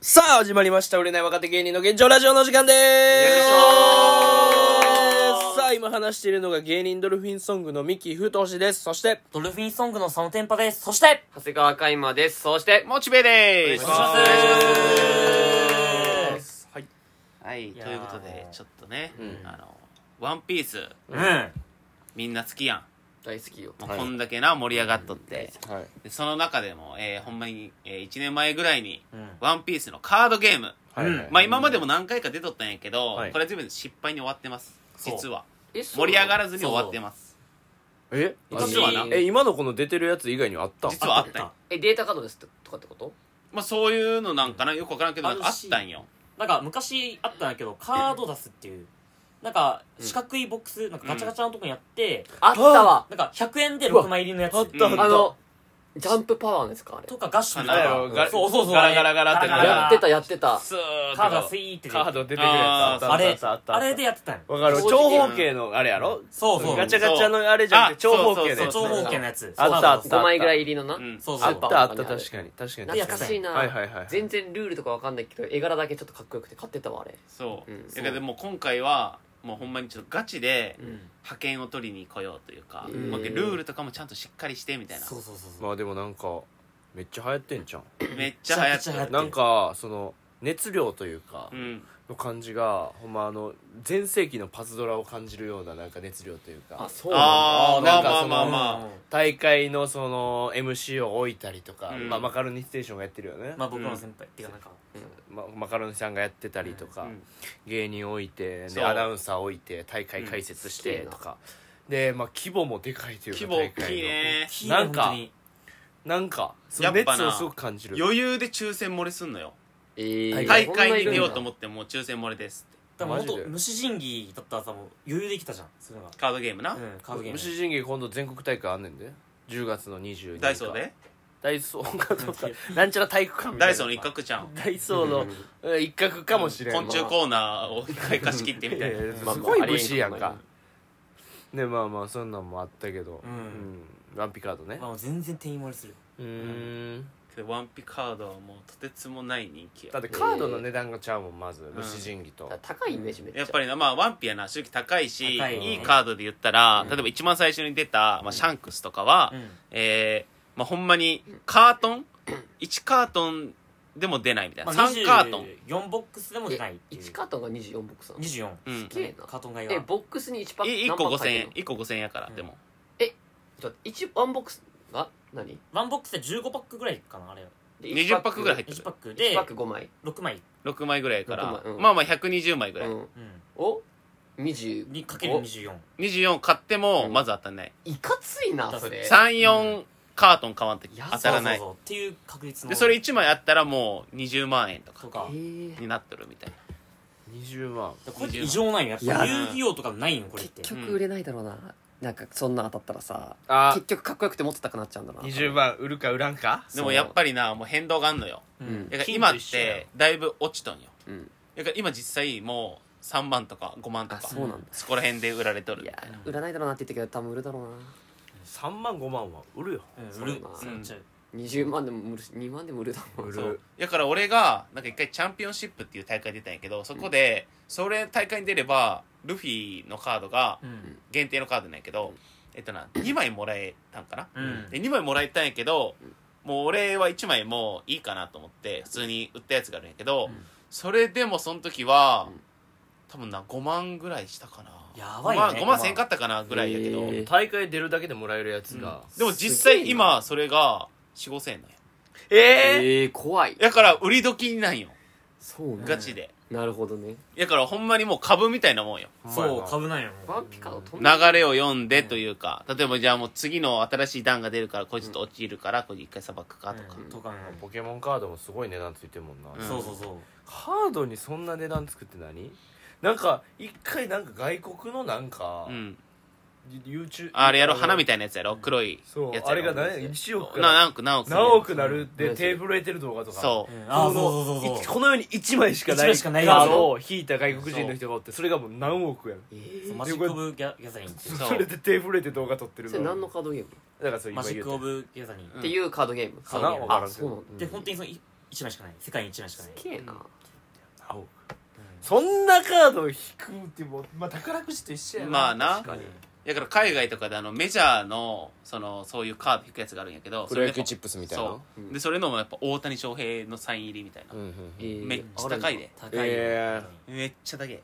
さあ、始まりました。売れない若手芸人の現状ラジオの時間でーすさあ、今話しているのが芸人ドルフィンソングの三木太志です。そして、ドルフィンソングの佐野天パです。そして、長谷川海馬です。そして、モチベです。。お願いしますはい。はい、とやーいうことで、ちょっとね、うんあの、ワンピース、うん。みんな好きやん。大好きよ。もうはいこんだけな、盛り上がっとって。はい。でその中でも、えー、ほんまに、えー、1年前ぐらいに、うんワンピースのカードゲーム。はいうんまあ今までも何回か出とったんやけど、はいこれは全部失敗に終わってます。そう実は。え、盛り上がる。らずに終わってます。え実はなえ、今のこの出てるやつ以外にはあったん実はあったんやえ、データカードですってとかってことまあそういうのなんかな、よくわからんけど、なんかああるっしたんよ。なんか昔あったんだけど、カード出すっていう、なんか四角いボックス、なんかガチャガチャのとこにあって、あったわ。なんか100円で6枚入りのやつうわあっうんたあの、ジャンプパワーですかあれ。とかガッシュとあれやろかガ、そうそうそう。ガラガラガラってガやってた、やってた。スーッとカードがスイーって出てカード出てくるやつあったあれ、あったあれでやってたんよ。わかる正直長方形のあれやろそうそう。ガチャガチャのあれじゃなくてそう長方形のそやうつ長そう方形のやつ。あったあった5枚ぐらい入りのな。うん。そうあそうっそう。たあった確かに確かに懐かしいな。はいはいはい全然ルールとかわかんないけど、絵柄だけちょっとかっこよくて買ってたわ、あれ。そう。うんだからでも今回は、もうほんまにちょっとガチで、うん。派遣を取りに来ようというか、うんまあルールとかもちゃんとしっかりしてみたいなそうそうそう。まあでもなんかめっちゃ流行ってんじゃんめっちゃ流行っめっちゃ流行てっるなんかその熱量というかうんの感じがほんまあの全盛期のパズドラを感じるようななんか熱量というかあ、そうああなまんあかまそあのまあま大会のその MC を置いたりとか、うんまあ、マカロニステーションがやってるよね、まあ僕の先輩っていうかなんか、まマカロニさんがやってたりとか、あうん芸人置いて、そね、うアナウンサー置いて大会解説してとか、で、まあ、規模もでかいというか規模大きいねキーが本当になんかそのやっ熱ぱなをすごく感じる余裕で抽選漏れすんのよえー大会に出ようと思っっても抽選漏れですってだからマジ元で虫神技だったらさもう余裕できたじゃんそういうのがカードゲームな、うんカードゲーム虫神芸今度全国大会あんねんで10月の22日ダイソーでダイソーか とかなんちゃら体育館みたいなダイソーの一角ちゃんダイソーのうん一角かもしれん昆虫コーナーを一回貸し切ってみたいいやいやなすまあごい武士やんまああかねまあまあそんなんもあったけどうんうんワンピカードねまあもう全然定員漏れするうーんでワンピカードはもうとてつもない人気だやってカードの値段がちゃうもんまず虫神技と高いイメージめっちゃ。やっぱりなまあワンピやな正直高いし高いいいカードで言ったら例えば一番最初に出た、まあ、シャンクスとかは、うんえーまあ、ほんまにカートン1カートンでも出ないみたいな、3カートン、 4ボックスでも出ないえ1カートンが24ボックスなの24うんき、れいなカートン買いがえボックスに1パックい1何個パック5000入って円んの1個5000円やから、うんでもちょっと待って1ワンボックスが何ワンボックスで15パックぐらいかなあれで20パックぐらい入って1るパック1でパック5枚、 6枚6枚ぐらいやから、六枚うんまあまあ120枚ぐうらい、ん、うんを20にかける24 24買ってもうんまず当たんない、いかついなだそれ34、カートン買わんとや当たらないそうそうそうっていう確率のでそれ1枚あったらもう20万円とかとかえーになってるみたいな20万これって異常ないよやっいやぱ遊戯王とかないのこれっ結て局売れないだろうな、なんかそんな当たったらさあ結局かっこよくて持ってたくなっちゃうんだな20万売るか売らんかでもやっぱりなもう変動があんのよううんんだから金今っと一緒やてだいぶ落ちとんようんだから今実際もう3万とか5万とあかそうなんだそこら辺で売られとるいや売らないだろうなって言ったけど多分売るだろう3万5万は売るようん売るそうだなそうな20万でも売るし2万でも売るだろう 売なるそうだから俺がなんか一回チャンピオンシップっていう大会出たんやけどそこでそれ大会に出ればルフィのカードがうん限定のカードなんやけどえっとな2枚もらえたんかな、うんで2枚もらえたんやけどもう俺は1枚もういいかなと思って普通に売ったやつがあるんやけど、うんそれでもその時はうん多分な5万ぐらいしたかなやばいよね5万5万せんかったかなぐらいやけど、へえ大会出るだけでもらえるやつがでも実すげ際えな今それが4 5千円なんやえええー、怖いだから売り時なんよそうねガチで、なるほどねだからほんまにもう株みたいなもんよそう株なんよワンピカード飛ん流れを読んでというか、例えばじゃあもう次の新しい段が出るからこいつと落ちるからこいつ一回さばくかとか、うんとかポケモンカードもすごい値段ついてるもんな、うんそうそうそうカードにそんな値段つくって何なんか一回なんか外国のなんか、うん YouTube あれやろ花みたいたいなやつやろ黒いそうやつあやれがろ何1億かなら何億何億何億なるでうん手震えてる動画とかそうんうあーこのそうそうそういこの世に1枚しかない一枚しかないやつカードを引いた外国人の人がおってそれがもう何億やんえそうー、マジック・オブ・ギャギャザリングそうそれで手震えて動画撮ってるそれ何のカードゲーム、だからそれマ今ジ言うック・てオブ・ギャザリングうんっていうカードゲームかなそうわねからんあけそうなどんだで本当にそのい1枚しかない世界に1枚しかないすげえな青くそんなカードを引くってもう、まあ、宝くじと一緒やなまあな確かにだから海外とかであのメジャーのそのそういうカード引くやつがあるんやけどプロ野球チップスみたいなそううんでそれのもやっぱ大谷翔平のサイン入りみたいな、うんうんうんめっちゃ高いで高いえ本ー当にめっちゃ高い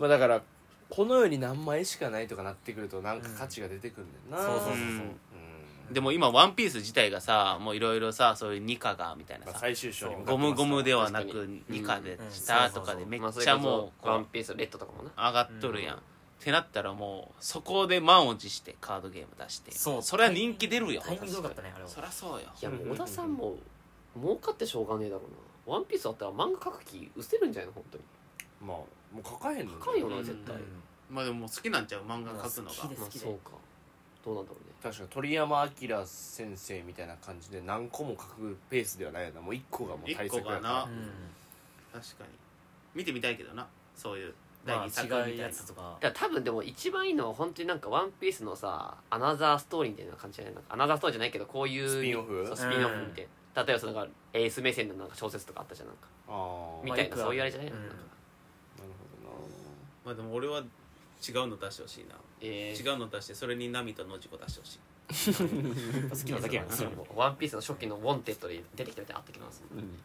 まあだからこの世に何枚しかないとかなってくるとなんか価値が出てくるんだよな、そうそうそうそううんでも今「ワンピース自体がさもういろいろさそういう2課がみたいなまあ、さ最終章に向かゴってますムゴムではな確かく2課でうんしたとかそうそうそでうめっまあそれちゃこもうそワンこピースレッドとかもなう上がっとるやん、うんってなったらもうそこで満を持してカードゲーム出してそうそれは人気出るよタイミングよかったねあれはそりゃそうよいやもう小田さんも儲かってしょうがねえだろうなワンピースあったら漫画描く気失せるんじゃないの本当にまあもう書かへんのね高いよなうん絶対、まあでももう好きなんちゃう漫画描くの好きでがすまあそうかどうなんだろうね確かに鳥山明先生みたいな感じで何個も書くペースではないよなもう1個がもう対策やか一個がらなうん確かに見てみたいけどなそういう第ま2作みあた違いうな、やつとかだから多分でも一番いいのは本当になんか「ワンピースのさアナザーストーリーみたいな感じじゃないなんかアナザーストーリーじゃないけどこういうスピンオフそうスピンオフみたいな、例えばそのなんかエース目線のなんか小説とかあったじゃんなんかああーみなたるいなそういうあれじゃないの、うんなんかほどなまあでも俺は違うの出してほしいなえー違うの出してそれにナミとノジコ出してほしい好きなだけやんそれもワンピースの初期の「ウォンテッド」で出てきたみたいなのあったけどなそのうん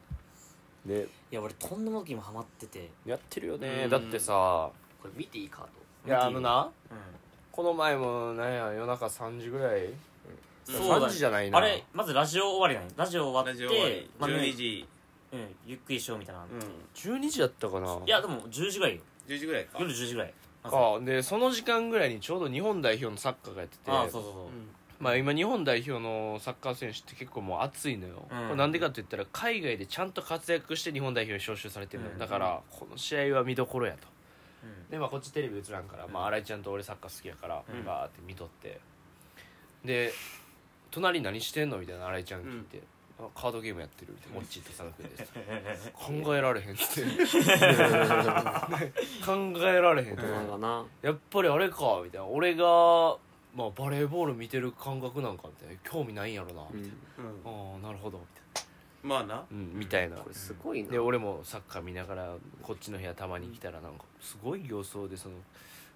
ねいや俺とんでも時もハマっててやってるようねんだってさこれ見ていいカーいやあのなうこの前もなんや夜中3時ぐらいんそうだ3時じゃないなあれまずラジオ終わりなんやラジオ終わラっジオ終わてりまあ12時、うんゆっくりしようみたいなうん、 12時だったかないやでも10時ぐらいよ10時ぐらいか夜10時ぐらいあそうかでその時間ぐらいにちょうど日本代表のサッカーがやっててあそうそうそうまあ、今日本代表のサッカー選手って結構もう熱いのよ、うんこれなんでかって言ったら海外でちゃんと活躍して日本代表に招集されてるのよ、うんだからこの試合は見どころやとうんで、まあ、こっちテレビ映らんから、まあ、新井ちゃんと俺サッカー好きやから、うんバーって見とってで「隣何してんの?」みたいな新井ちゃん聞いて、あカードゲームやってる」みたいな「モッチーと佐野君 です」考えられへん」っつって 考えられへん」ドなんかな、やっぱりあれかみたいな俺が、まあ、バレーボール見てる感覚なんかみたいな興味ないんやろな、うんああなるほどみたいまあなな、うん、みたいなこれすごいなで俺もサッカー見ながらこっちの部屋たまに来たらなんかすごい形相でその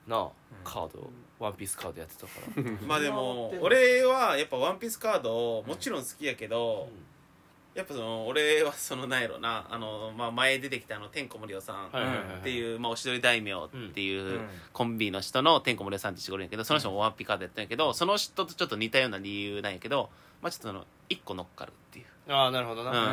なあカード、ワンピースカードやってたから、まあでも俺はやっぱ「ワンピースカードもちろん好きやけど、うんやっぱその俺はそのなんやろなあの、まあ、前出てきたあの天子森夫さん はいはいはいっていう、まあ、おしどり大名っていう、うんコンビの人の天子森夫さんって人がいるんやけどその人もワンピカードやったんやけどその人とちょっと似たような理由なんやけどまあちょっとその1個乗っかるっていうああなるほどな、うんうん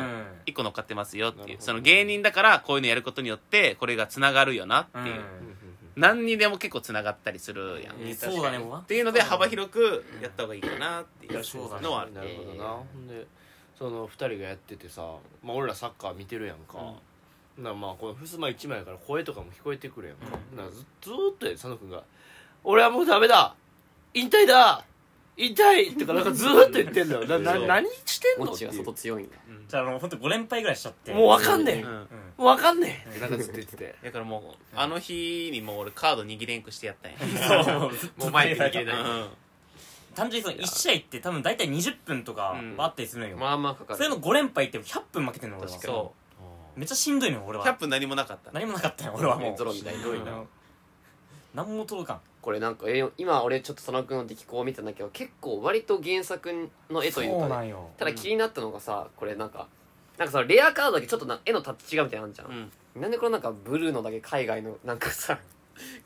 1個乗っかってますよっなているうほどその芸人だからこういうのやることによってこれがつながるよなっていう、うん何にでも結構つながったりするやん、うんそうだねもうっていうので幅広くやった方がいいかなっていうのはあるなるほどな、ほんでその2人がやっててさ、まあ、俺らサッカー見てるやんか、なまあこの襖一枚やから声とかも聞こえてくるやんか,、うんなずずーっとやで佐野君が「俺はもうダメだ引退だ引退!」とかなんかずーっと言ってんのよななそう何してんモのッってチいが外う強いんだうんじゃああの本当5連敗ぐらいしちゃってもうわかんねえ、うもんうんうわかんねえってなんかずっと言っててだからもうあの日にもう俺カード握れんくしてやったんやもう前に逃げうないん単純にその1試合って多分大体20分とかうんあったりするのよ、まあまあかかるそれの5連敗って100分負けてんの俺は確かにそめっちゃしんどいのよ俺う100は分何もなかった何もなかったよ俺は もうゾロみたいなうん何も届かんこれなんかえ今俺ちょっと佐野君の出来稿を見てたんだけど結構割と原作の絵というか、ね、んよただ気になったのがさこれなんかなんかさレアカードだけちょっとな絵のタッチ違うみたいなのあるじゃ、うんんなんでこれなんかブルーのだけ海外のなんかさ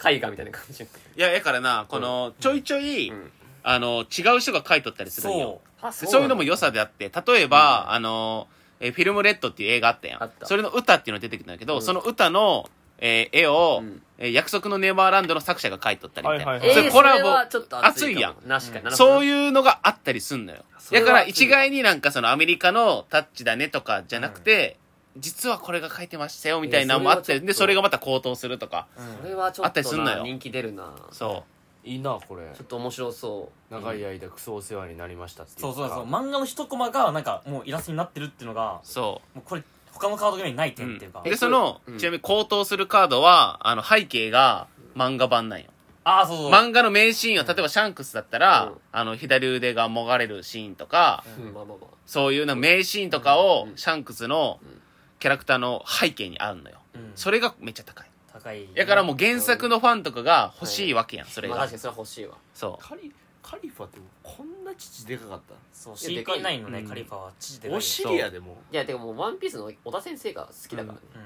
絵画みたいな感じいやだからなこのちょいちょい、うんあの違う人が書いとったりするんよそあでそういうのもも良さであって例えば、あのえフィルムレッドっていう映画あったやあんったそれの歌っていうのが出てくるんだけど、うんその歌の、えー絵を、うんえー約束のネバーランド」の作者が書いとったりみたいな、はいはいはいえそー、れそコれラボはちょっと熱いかも熱なしかなるほどなそういうのがあったりすんのよそれだかはら一概になんかそのアメリカのタッチだねとかじゃなくて、実はこれが書いてましたよみたいなのもあったり、えーそれでそれがはちょっとまた高騰するとかう、うんそれはちょあったっりすとんのなよ人気出るなちょそいいなこれっと面白そう長い間クソお世話になりましたっていそううそうそかう漫画の一コマがなんかもうイラストになってるっていうのがうそうもうこれ他のカードゲームにない点っていうか、でその、うんちなみに高騰するカードはあの背景が漫画版なんよああそうそう漫画の名シーンを例えばシャンクスだったら、うんあの左腕がもがれるシーンとか、まあまあまあそういうな名シーンとかを、うんシャンクスの、んキャラクターの背景にあるのようんそれがめっちゃ高い高いだからもう原作のファンとかが欲しいわけやんそれまあが確かにそれは欲しいわそうカリカリファってこんな父でかかっそういやでかい CP9 のね、うんカリファは父たでかいお尻やでもいやてかもう「ワンピースの小田先生が好きだからね、う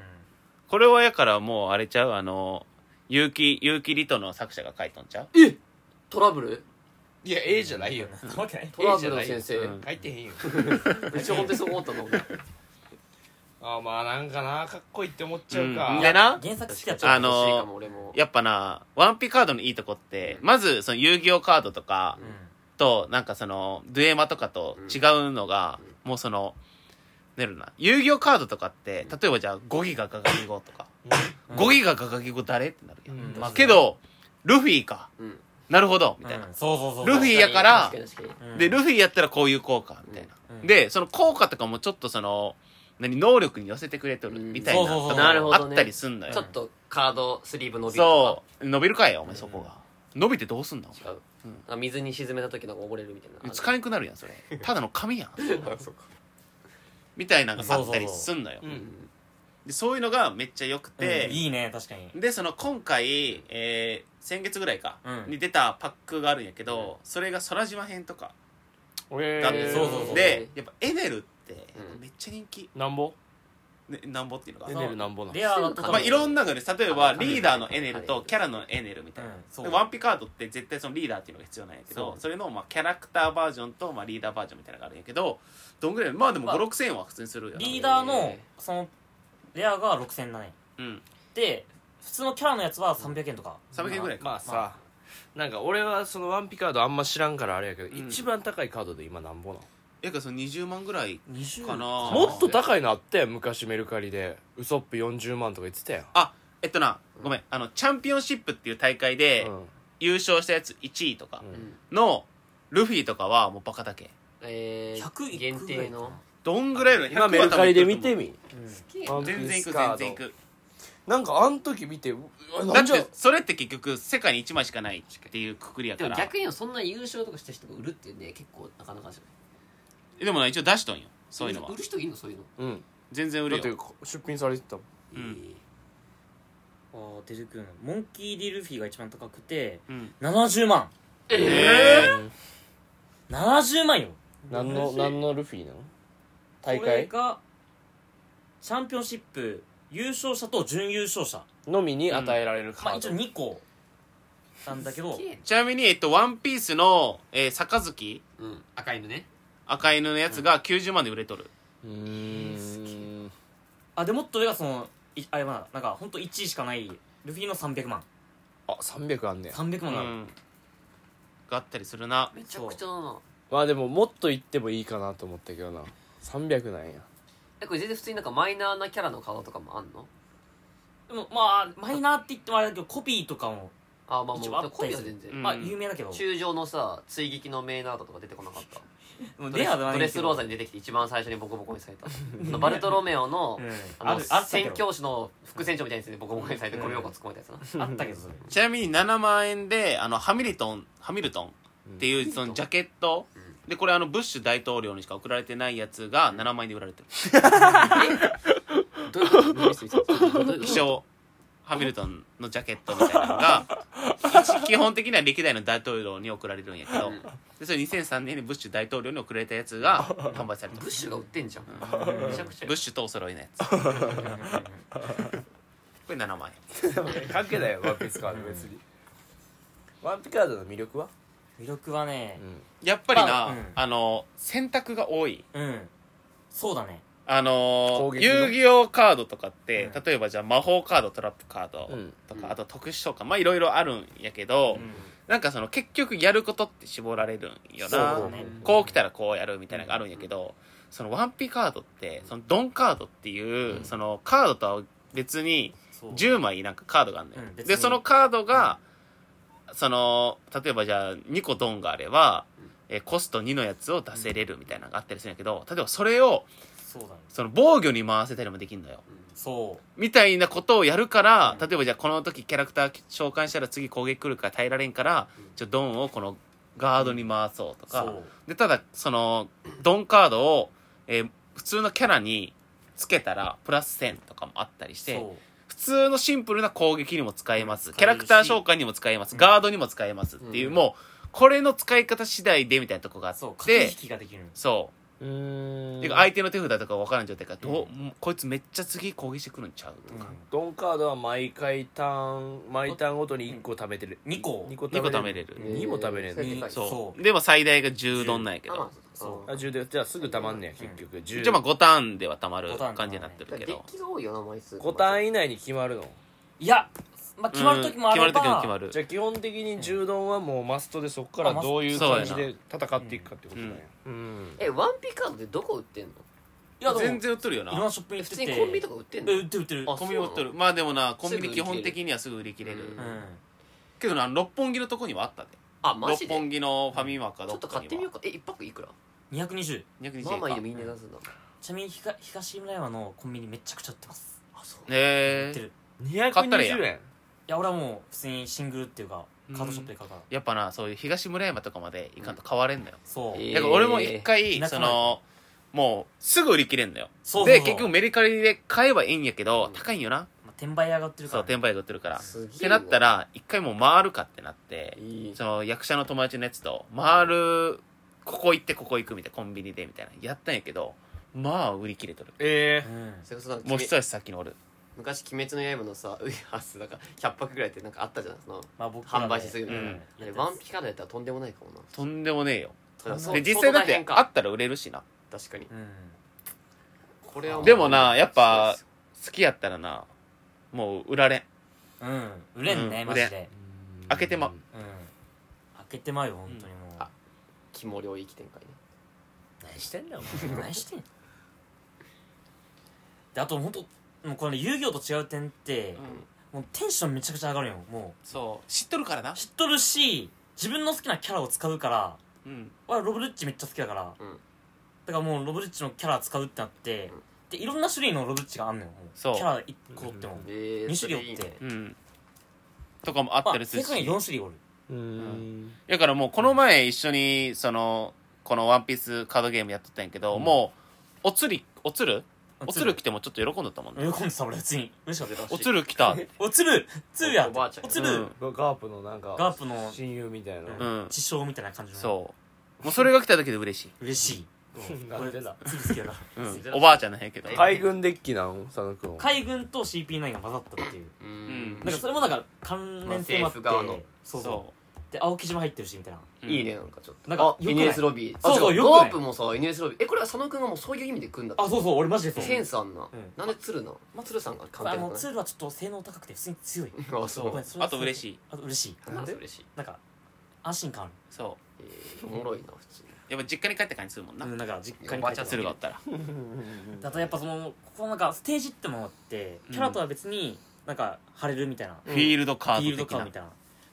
これはやからもうあれちゃうあの結城結城リトの作者が書いとんちゃうトラブルいやええじゃないよんなわけないトラブルの先生、ええじゃない書いてへんようち本当にそう思ったの あーまあなんかなかっこいいって思っちゃうか、うんでな原作好きだっちゃあうの欲しいかも俺もやっぱなワンピカードのいいとこってうんまずその遊戯王カードとかうとなんかそのドゥエマとかと違うのがもうそのねるな遊戯王カードとかって例えばじゃあ5ギガガガギゴとかん5ギガガガギゴ誰ってなるやんうんまずけどルフィかうんなるほどみたいなうんそうそうそうルフィやから確に確かに確かで、ルフィやったらこういう効果、みたいなう。んで、その効果とかもちょっとその、何、能力に寄せてくれとる、うんみたいなそうそうとそうかなるほあどねったりすんのによちょ。っとカードスリーブ伸びるとそう。伸びるかいお前そこが。伸びてどうすんのか違う、あ水に沈めた時の溺れるみたいな使えなくなるやん、それ。ただの紙やん。あそうかみたいなのがあったりすんのよう。んでそういうのがめっちゃ良くでて、いいね確かにで、その今回、えー先月ぐらいかう、んに出たパックがあるんやけど、それが空島編とかえだったんですそうそうそよ。うで、やっぱエネルってうんめっちゃ人気。なんぼねなんぼっていうのがエ。ネルなんぼなレアなとあかのまあ、いろんなので例えばあのリーダーのエネルとキャラのエネルみたいな、うんそうでワンピカードって絶対そのリーダーっていうのが必要なんやけどそそれのまあキャラクターバージョンとまあリーダーバージョンみたいなのがあるんやけどどんぐらいまあでもまあ5 6千円は普通にするよなリーダーのそのレアが6007円うんで普通のキャラのやつは300円とか300円ぐらいか、まあさなんか俺はそのワンピカードあんま知らんからあれやけど、ん一番高いカードで今なんぼなえかその20万ぐらい20かなのあもっと高いのあったよ昔メルカリでウソップ40万とか言ってたやんあえっとなごめんあのチャンピオンシップっていう大会でうん優勝したやつ1位とかうんのルフィとかはもうバカだけえー、 100い限くぐらい定かなのどんぐらいの100今メルカリで見てみみ全然いく全然いくなんかあん時見てううわだなんっじゃてそれって結局世界に1枚しかないっていうくくりやでかもら逆にそんな優勝とかした人が売るっていうね結構なかなかじゃないでもな一応出しとんよそういうのは売る人いるのそういうの、うん全然売だれってよ出品されてたもんうんあー出てくるのモンキー・ディ・ルフィが一番高くてうん70万ええ70万よ何の何のルフィなの大これ会がチャンピオンシップ優勝者と準優勝者のみに与えられるカまあー一ド、応2個なんだけどすげえちなみにえっと「ワンピースの、えー、杯うん赤犬ね赤犬のやつが90万で売れとる、うーんあでもっと上がそのいあれまあなんか本当1位しかないルフィの300万あ300あんねん300う万んがある、があったりするなめちゃくちゃだなまあでももっといってもいいかなと思ったけどな300なんやえこれ全然普通になんかマイナーなキャラの顔とかもあんのでもまあマイナーって言ってもあれだけどコピーとかも、あまあ一も応あうでっもコたピりーはする全然、うんまあ有名だけど、中将のさ追撃のメイナードとか出てこなかったもうドレレアスではないドんだレけスどローザに出てきて一番最初にボコボコにされたあのバルトロメオの,、うんああのるあったけ宣ど教師の副船長みたいなやつでボコボコにされてこれを突っ込めたやつな、あったけどそれちなみに7万円であのハミルトンハミルトンっていうそのジャケット、でこれあのブッシュ大統領にしか送られてないやつが7万円で売られてるどういうこと見せて見せてどういうこ気と象ハミルトンのジャケットみたいなのが一基本的には歴代の大統領に送られるんやけどでそれ2003年にブッシュ大統領に送られたやつが販売されたブッシュが売ってんじゃんめちゃくちゃブッシュとお揃いのやつこれ7万円関係ないよワンピースカード別にワンピカードの魅力は魅力はねやっぱりな、まああうんの選択が多いうん、そうだねあの攻撃の遊戯王カードとかって、うん例えばじゃあ魔法カードトラップカードうんとか、うんあと特殊召喚まあいろいろあるんやけど、うんなんかその結局やることって絞られるんよそうなだねこう来たらこうやるみたいなのがあるんやけど、そのワンピカードって、そのドンカードっていう、そのカードとは別にそう10枚なんかカードがあるのようん。別にで、そのカードが、その、例えばじゃあ2個ドンがあれば、えーコスト2のやつを出せれるみたいなのがあったりするんやけど、例えばそれを、そうだねその防御に回せたりもできるのよ。そみたいなことをやるから、うん例えばじゃあこの時キャラクター召喚したら次攻撃来るから耐えられんから、ちょっとドンをこのガードに回そうとうか、そうでただそのドンカードを、えー普通のキャラにつけたらプラス1000とかもあったりしてそう普通のシンプルな攻撃にも使えますうんキャラクター召喚にも使えますうんガードにも使えますっていう、うんもうこれの使い方次第でみたいなとこがあそうっ駆けて引きができるんですそううーんてか相手の手札とか分からん状態からどう、もうこいつめっちゃ次攻撃してくるんちゃうとか、ドンカードは毎回ターン毎ターンごとに1個貯めてるうん二個2個2個貯貯めめるれる、えー二も食べれんのそでかいそうでも最大が10ドンなんやけあまあどそうああ10でじゃあすぐ貯まんねや結局10一応まあ5ターンではたまる五ターン感じになってるだかけらデどッキが多いよな枚数5単位以内に決まるのいや、まあ、決まる時もあれば、うん決まる時も決じまるゃあ基本的に柔道はもうマストでそこからどういうそうや感なじで戦っていくかってことだようんえワンピカードってどこ売ってんのいやでも全然売っとるよいろんななショップに売っ普て通てにコンビニとか売ってんのえ売ってる売ってるあコンビニ売っとそうなるのまあでもなコンビニすぐ基売り切れる本的にはすぐ売り切れる、うんうけどな六本木のとこにはあったであマジ六で本木のファミマかちょどっとこか買にってみようはかえ一泊いくらん220 220円かまあまあいいよみんな出すんだちなみにひか東村山のコンビニめっちゃくちゃ売ってますあそう売へってえる買ったらええやん220円いや俺はもう普通にシングルっていうかカードショップで買うから、やっぱなそういう東村山とかまで行かんと変われんのよ、そう、えーだから俺も一回、田舎そまでのもうすぐ売り切れんのよそうそうでそう結局メリカリで買えばいいんやけど、うん高いんよなまあ、転売屋が売ってるかそうら、転売で売ってるからすげえってなったら一回もう回るかってなっていいその役者の友達のやつと回るここ行ってここ行くみたいなコンビニでみたいなやったんやけどまあ売り切れとるえうん、それこそなんかもうき一め足先におる昔「鬼滅の刃」のさウイハースなんか100泊ぐらいってなんかあったじゃないそのまあ僕らで販売しすぎるみたいうんなあれワンピカードやったらとんでもないかもなとんでもねえよただそうで実際だっ相当大て変かあったら売れるしな確かにうんこれはうでもなやっぱ好きやったらなもう売られんうん売れんね、うんマジで開けてまうん開けてまうよ本当にもう、あ肝領域展開ね何してんだよ 何してんのであと本当もうこの遊戯王と違う点って、もうテンションめちゃくちゃ上がるよもそう知っとるからなう知っとるし自分の好きなキャラを使うからうん俺はロブルッチめっちゃ好きだから、うんだからもうロブルッチのキャラ使うってなって、うんでいろんな種類のロブルッチがあんのよもそうキャラ1個取っても、ええ2種類おって、うんとかもあっまたりあする正し確に4種類おるうーんだからもうこの前一緒にそのこの「ワンピースカードゲームやっとったんやけど、うんもうおつりおつるおつる喜来てもちょっと喜んだったもんね、んでた俺普通に嬉しかったおつる来たっておつるつるやおばあちゃんおうつるんガープのなんかガープの親友みたいなううん地匠みたいな感じのそうもうそれが来ただけで嬉しい、嬉しいなんでだつる好きやなうん、おばあちゃんなんやけどはい海軍デッキなん佐野くん海軍と CP9 が混ざったっていうううんんなんかそれもなんか関連性もあって、まあ政府側のそうそそうで青木島入ってるしみたいなう、うんいいねなんかちょっとなんかあよくない NS ロビーそうそうあ違よくないロープもさ NS ロビーえこれは佐野くんがもうそういう意味で組んだあそうそう俺マジでそうセンスあんなうんなんで鶴なの鶴さんが関あ係なのくツールはちょっと性能高くて普通に強いないあそごめうんそれはあと嬉しいあと嬉しいなんで嬉しいなんか安心感あるそえーおもろいな普通にうやっぱ実家に帰った感じするもんな、うんなんか実家に帰っておばあちゃんつるがおったらあとやっぱそのここなんかステージってものがあってキャラとは別になんか貼れるみたいなフィールドカフィーールドド的カーなみたいな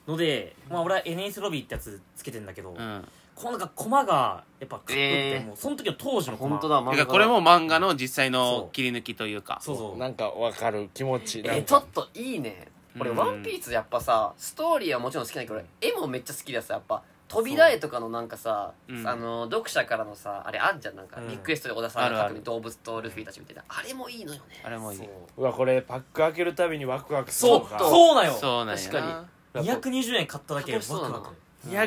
のでまあ俺は NS ロビーってやつつけてんだけどうん、このなんか駒がやっぱかっこよくてえーもうその時の当時の駒本当だだ漫か画らだこれも漫画の実際そのう切り抜きというかそうそうなんかわかる気持ちなえんちょかっといいね俺「うんワンピースやっぱさストーリーはもちろん好きなんだけど俺絵もめっちゃ好きださやっぱ扉絵とかのなんかさ、うんあの読者からのさあれあんじゃんなんか、うんリクエストで小田さんがあるあ書くる動物とルフィたちみたいなあれもいいのよねあれもいいそううわこれパック開けるたびにワクワクするそのうかそうなよそうなんやな確か220円買っただけで楽しそうだなワクワ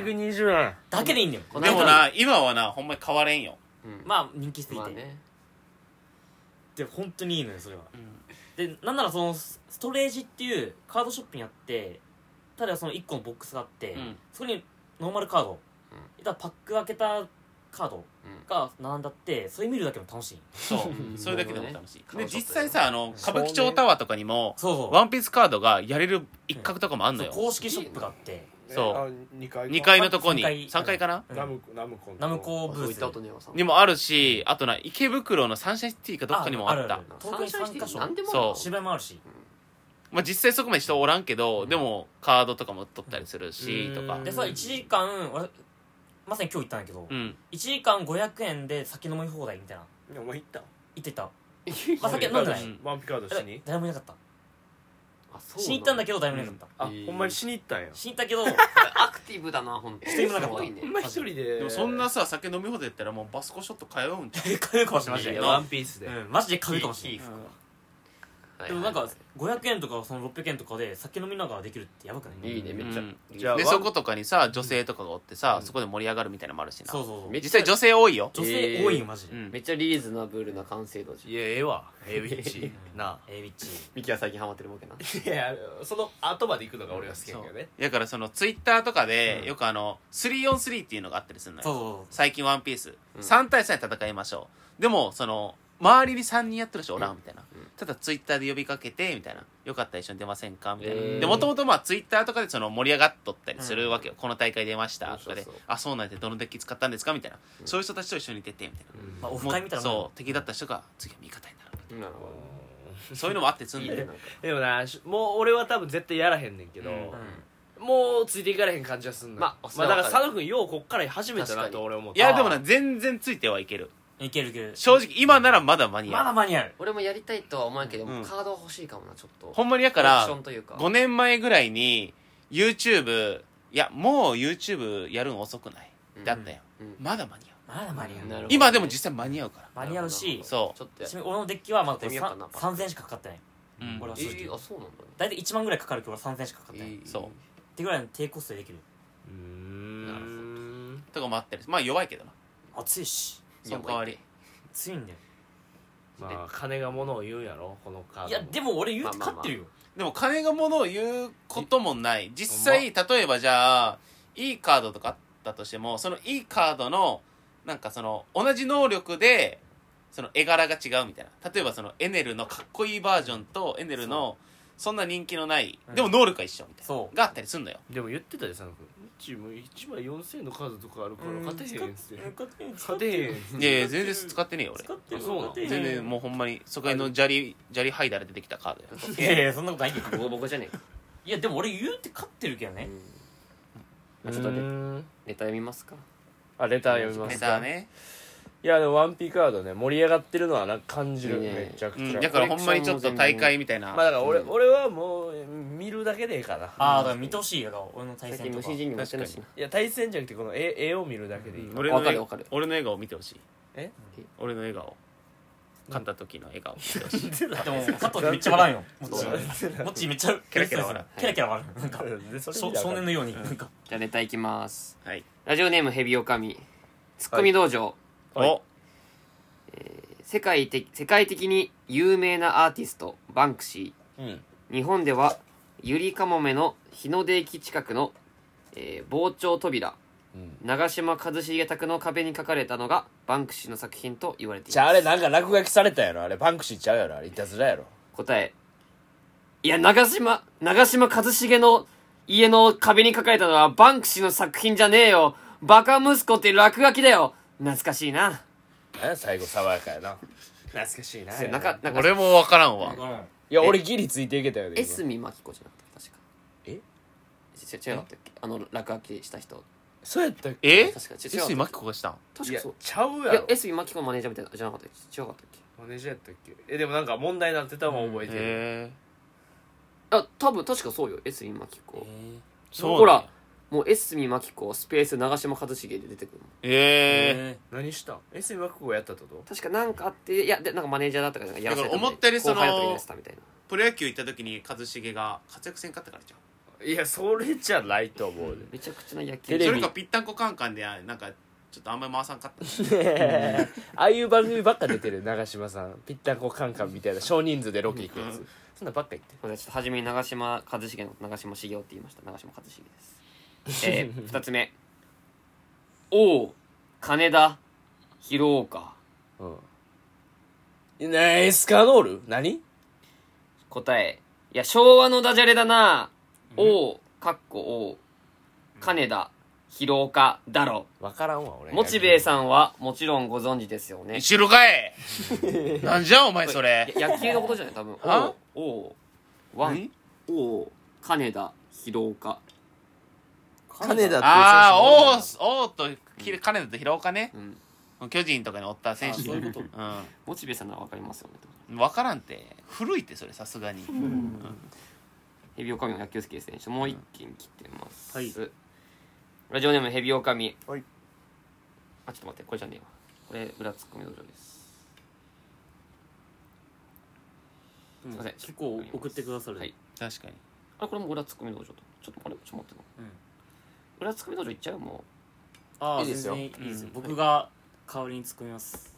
ク220円だけでいいんだよこので間もな今はなほんまに変われんよ、に、うん、まあ人気すぎまあてねで本当にいいのよそれはうんでなんならそのスストレージっていうカードショップにあってただその1個のボックスがあって、うんそこにノーマルカード、うんいたらパック開けたカードうんが並んだってそれ見るだけでも楽しいそうそれだけでも楽しい、なるほどねで実際さあの歌舞伎町タワーとかにもそうそうワンピースカードがやれる一角とかもあんのそうよ公式ショップがあってそう2階か2階のとこに三3階階かなうんナムコナムコのナムコあブそうーいっスたことね山さんにもあるしあとな池袋のサンシャインシティかどっかにもあっあたるサンシャインシテ東京ィに三箇所何でもあるのそ渋谷もあるしまあ実際そこまで人おらんけどんでもカードとかも売っとったりするしうんとかでそれ1時間わまさに今日行ったんだけど、うん1時間500円で酒飲み放題みたいなお前行った行ってたまあ酒飲んでないうんワンピカードしに誰もいなかったあそう死に行ったんだけけどだいぶなかった、あえーほんまに死に行ったんや死に行ったけどどアクティブだな本当に一人もなかすったごいねほんま一人ででもそんなさ酒飲み放題やったらもうバスコショット通うんじゃんえかゆいかもしれまいせやんいよや ワンピースで、うん、マジで軽いかもしいいれいいない服でもなんはか500円とかその600円とかで酒飲みながらできるってやばくないいはいいいねめっちゃ、うんいいじゃあでワンそことかにさ女性とかがおってさそこで盛り上がるみたいなのもあるしなそうそうそうめっ実際女性多いよ女性多いよマジで、うんめっちゃリーズナブルな完成度じいやええわええウィッチなえー、ビッチミキは最近ハマってるわけなあいやその後まで行くのが俺は好きやけどねだからそのツイッターとかでよくあの 3on3 っていうのがあったりするのそうよそう最近ワンピースうん3対3で戦いましょうでもその周りに3人やってる人おらんみたいなうんただツイッターで呼びかけてみたいなよかったら一緒に出ませんかみたいなへーでもともとまあツイッターとかでその盛り上がっとったりするわけよこの大会出ましたとかでそうそうそうあそうなんでどのデッキ使ったんですかみたいなそういう人たちと一緒に出てみたいなまあ、オフも会みたいなもんそう敵だった人が次は味方になるみたなるうほいなそういうのもあって積んどいいでねるなんかんでもなしもう俺は多分絶対やらへんねんけど、うんもうついていかれへん感じはすんのよまあまあ、だからそれは佐わ野君ようこっから始めたな確かとに俺思ったいやでもな全然ついてはいけるうんいけるいける正直今ならまだ間に合うまだ間に合う俺もやりたいとは思わんけど、うんカードは欲しいかもなちょっとほんまにだかオプショらンというか5年前ぐらいに YouTube いやもう YouTube やるの遅くないってあったやん、うんまだ間に合うまだ間に合うなるほど今でも実際間に合うか間に合うしそうちょっとやちなみに俺のデッキはまだやってみようかなパッ3000しかかかってないら、うんこれはえー、あそうなんだね大体1万ぐらいかかるけど俺は3000しかかかってない、っえーそうてぐらいの低コストでできるうーんとかもあったりまあ弱いけどな熱いしその代わり強いんだよまあ金が物を言うんやろこのカードいやでも俺言うて勝ってるよ、でも金がものを言うこともない実際例えばじゃあいいカードとかあったとしてもそのいいカードのなんかその同じ能力でその絵柄が違うみたいな例えばそのエネルのかっこいいバージョンとエネルのそんな人気のないうんでも能力が一緒みたいなそうがあったりすんのよでも言ってたで佐野君うちも1枚4000円のカードとかあるから勝てへんっつって勝てへん勝てへんいやいや全然使ってねえよ使俺ってるあそうなの勝てへん全然もうほんまにそこへの砂利砂利ハイダーで出てきたカードよいやいやそんなことないけどボコボコじ ゃねえか、いやでも俺言うて勝ってるけどねまあちょっとうねーんネタ読みますかあレター読みまネすタかはねいやでもワンピカードね盛り上がってるのはなんか感じるいいねめちゃくうちんゃだからほんまにちょっと大会みたいなまあだから俺俺はもう見るだけでええかなああだから見てほしいよだから俺の対最戦と近無か視人にもしてないしないや対戦じゃなくてこの絵絵を見るだけでいいわ俺のわかる笑わかる俺の笑顔見てほしいえ俺の笑顔勝った時の笑顔見てほしいでも加藤めっちゃ笑うよもっ そうちもっちめっちゃケラケラ笑ケラケラ笑うなんかで それ少見たら少年のようになん かじゃあネタいきますはいラジオネームヘビオカミツッコミ道場、お世界的世界的に有名なアーティストバンクシうんー日本ではゆりかもめの日の出駅近くの、えー防潮扉うん長嶋一茂宅の壁に書かれたのがバンクシーの作品と言われていじゃあまあすれなんか落書きされたやろあれバンクシーちゃうやろあれいたずらやろ答えいや長嶋長嶋一茂の家の壁に書かれたのはバンクシーの作品じゃねえよバカ息子って落書きだよ懐かしいななんや最後爽やかやな懐かしいななかなんか俺も分からんわいや俺ギリついていけたよね江今角真紀子じゃなかった確かえち違うかったっけあの落書きした人そうやったっけえ確か違江う水真紀子がしたん確いかやそうちゃういややろ江角真紀子のマネージャーみたいなじゃなかったっけ違うかったっけマネージャーやったっけえでもなんか問題になってたのは覚えてるへえあ多分確かそうよ江角真紀子そうほらもう江角真紀子スペース長嶋一茂で出てくるのえええ何したん SM 学校やったってこと確かなんかあっていやでなんかマネージャーだったからやらせてだから思ったよりその後輩だったからやらせたみたいなプロ野球行った時に一茂が活躍せんかったからじゃんいやそれじゃないと思うでめちゃくちゃな野球テレビそれかぴったんこカンカンでなんかちょっとあんまり回さんかったああいう番組ばっか出てる長嶋さんぴったんこカンカンみたいな少人数でロケ行くやつそんなんばっか言ってるこれちょっと初めに長嶋一茂の長嶋茂雄って言いました長嶋一茂 ですえー、2つ目おお金田広岡うんねえエスカノール何答えいや昭和のダジャレだなおおかっこお金田広岡だろ分からんわ俺モチベイさんはもちろんご存知ですよね後ろかいなんじゃお前それや野球のことじゃな い多分はおおワン何おお金田広岡金田あああおおとひ金田と平岡ねうん巨人とかにおった選手あそういうことうモチベイさんならわかりますよねん分からんって古いってそれさすがにヘビオカミも野球好きですねちょっともう一件来てます、はいラジオネームヘビオカミはいあちょっと待ってこれじゃねえわこれ裏ツッコミ道場ですすいません結構送ってくださる、はい確かにあれこれも裏ツッコミ道場とちょっとあれちょっと待ってな、うん裏ツッコミ道場行っちゃうもああいいですよ全然いいですよ、うん僕が代わりに突っ込みます、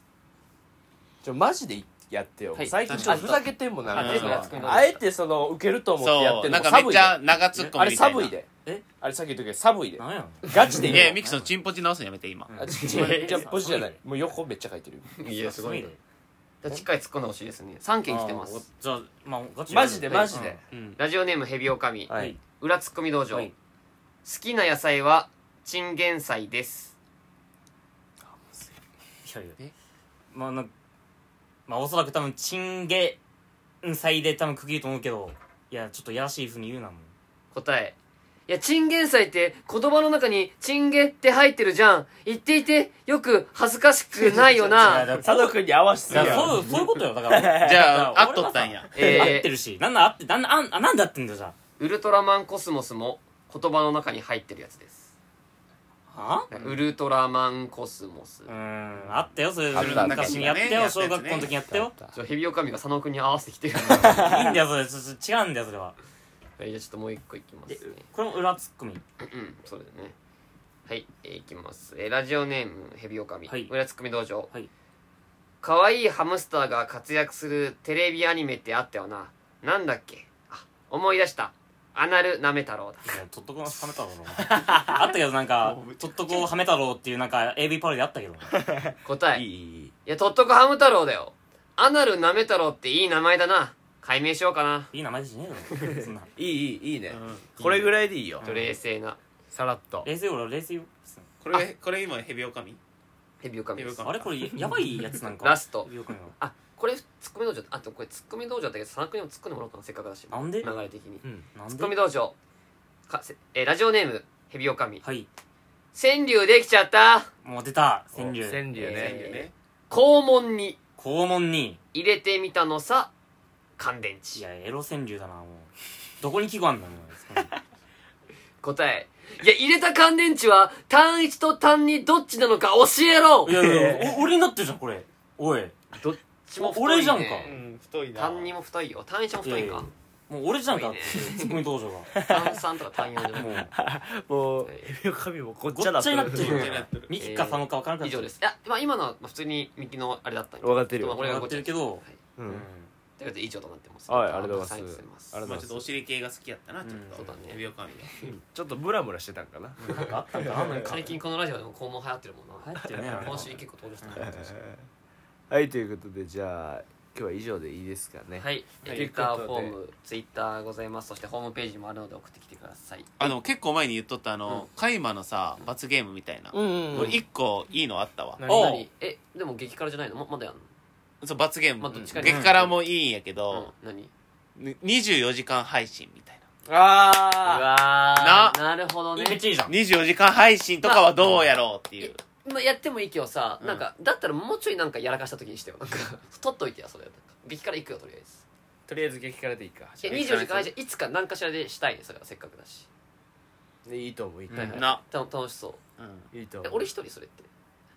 ちょマジでやってよ、はい最近確ちょかっにとふざけてんもんなうんあかそうだあえてその受けると思ってやっそてうるのなんかめっちゃ寒いで長ツッコあミれみたいな寒いでえあれさっき言ったけど寒いでなんやんガチでいいいやいやよミキさんチンポチ直すのやめて今うんあ違うえ違うじゃあポジじゃないもう横めっちゃ書いてるういやすごいねだからしっかり突っ込んでほしいですね3件来てまあーすじゃあまあガチマジでマジで、うんラジオネームヘビオカミ、はい、い裏ツッコミ道場、はい好きな野菜はチンゲン菜ですいやいやえまあなんかまあおそらく多分チンゲンサイで多分区切ると思うけどいやちょっとやらしいふうに言うなもん答えいやチンゲン菜って言葉の中にチンゲって入ってるじゃん言っていてよく恥ずかしくない よいなやだ佐藤君に合わせすだぎからやそうそういうことよだから じゃあだあからっとったんや俺はさ合えってー、るしなんだ合ってなんだあんあなんだ合ってんだよじゃウルトラマンコスモスも言葉の中に入ってるやつです、あはウルトラマンコスモスうーんあったよそれあった昔にやったよなんか小ね学校の時にやったよちょヘビオカミが佐野君に合わせてきてる いいんだよそれちょちょ違うんだよそれははいじゃあちょっともう一個いきますねこれも裏ツッコミうんそうだねはい、えーいきます、えーラジオネームヘビオカミ、はい裏ツッコミ道場はい可愛いハムスターが活躍するテレビアニメってあったよななんだっけあ思い出したアナルナメ太郎だいやとっとこのはめ太郎だろあったけどなんかとっとこはめ太郎っていうなんか AV パロディあったけど答えいいいいいいいやとっとこハム太郎だよアナルナメ太郎っていい名前だな解明しようかないい名前じゃねえだろそんないいいいいいね、これぐらいでいいよちょっと冷静なさらっと冷静よ俺は冷静よこれこれ今ヘビオカミヘビオカミでヘビオすカミあれこれやばいやつなんかラスト指を組むのあこれツッコミ道場あとこれツッコミ道場だけど佐野君にもツッコんでもらおうかなせっかくだしなんで流れ的にうんなツんッコミで道場かせ、えーラジオネームヘビオカミはい川柳できちゃったもう出た川川柳柳ねね肛門に肛門に入れてみたのさ乾電い池やエロ川柳だなもうどこに季語あんのもう答えいや入れた乾電池は単1と単2どっちなのか教えろいやいやいやお俺になってるじゃんこれおいどっちも太い、ね、俺じゃんかうん太いな単2も太いよ単1も太いいやかもう俺じゃんかいいねツッコミ道場が単3とか単4じ ゃ もないうもうはいヘビオカミもごっごちゃだっちゃになってるごっちゃになってるミキか佐野か分からなくなっ以てる上ですいや、まあ、今のはまあ普通にミキのあれだったんで分かってるまあよ、これが分かってるけどごちゃですはいうんうんということで以上となってますはいありがとうございたまくすさん来てますありがとうございますあちょっとお尻系が好きやったなちょっうんとそうだねヘビオカミがちょっとムラムラしてたんかななんかあったんかあんの か最近このラジオでも肛門流行ってるもんな流行ってるねあれ今週結構登場したねはいということでじゃあ今日は以上でいいですかねはいと t w い i う t ことで t e フォーム Twitter ございますそしてホームページもあるので送ってきてくださいあの結構前に言っとったあのカイマのさ罰ゲームみたいなうん俺一個いいのあったわ何おう何えでも激辛じゃないのままだやんのそう罰ゲーまムあどっ激ちかに辛もいいんやけうんど何に24時間配信みたいなあわーなるほどねめっちゃいいじゃん24時間配信とかはどうやろうっていうまあやってもいいけどさうんなんかだったらもうちょいなんかやらかした時にしてよなんか取っといてやそれなんか激辛行くよとりあえずとりあえず激辛でいいかいや24時間配信いつか何かしらでしたいねそれはせっかくだしいいと思ういいとう思んうなた楽しそううんいいとえ思う俺一人それって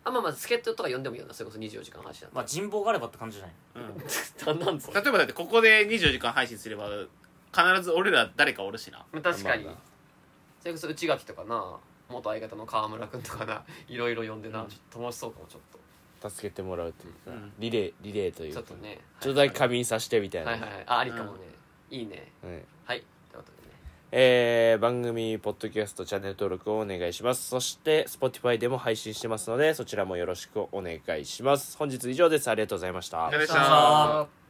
あまあまあ助っ人とか呼んでもいいよなそれこそ24時間配信だまあ人望があればって感じじゃないうんったら なんぞ例えばだってここで24時間配信すれば必ず俺ら誰かおるしなまあ確かに、まあまそれこそ内垣とかな元相方の川村君とかない ろいろ呼んでな、うんちょっと楽しそうかもちょっと助けてもらうというか、うんリレーリレーというちょかっとねちょっとだけ仮眠させてみたいな、はいはいはいあありかもね、いいねはいはいということでねえー番組ポッドキャストチャンネル登録をお願いしますそして Spotify でも配信してますのでそちらもよろしくお願いします本日以上ですありがとうございましたありがとうございましたさあ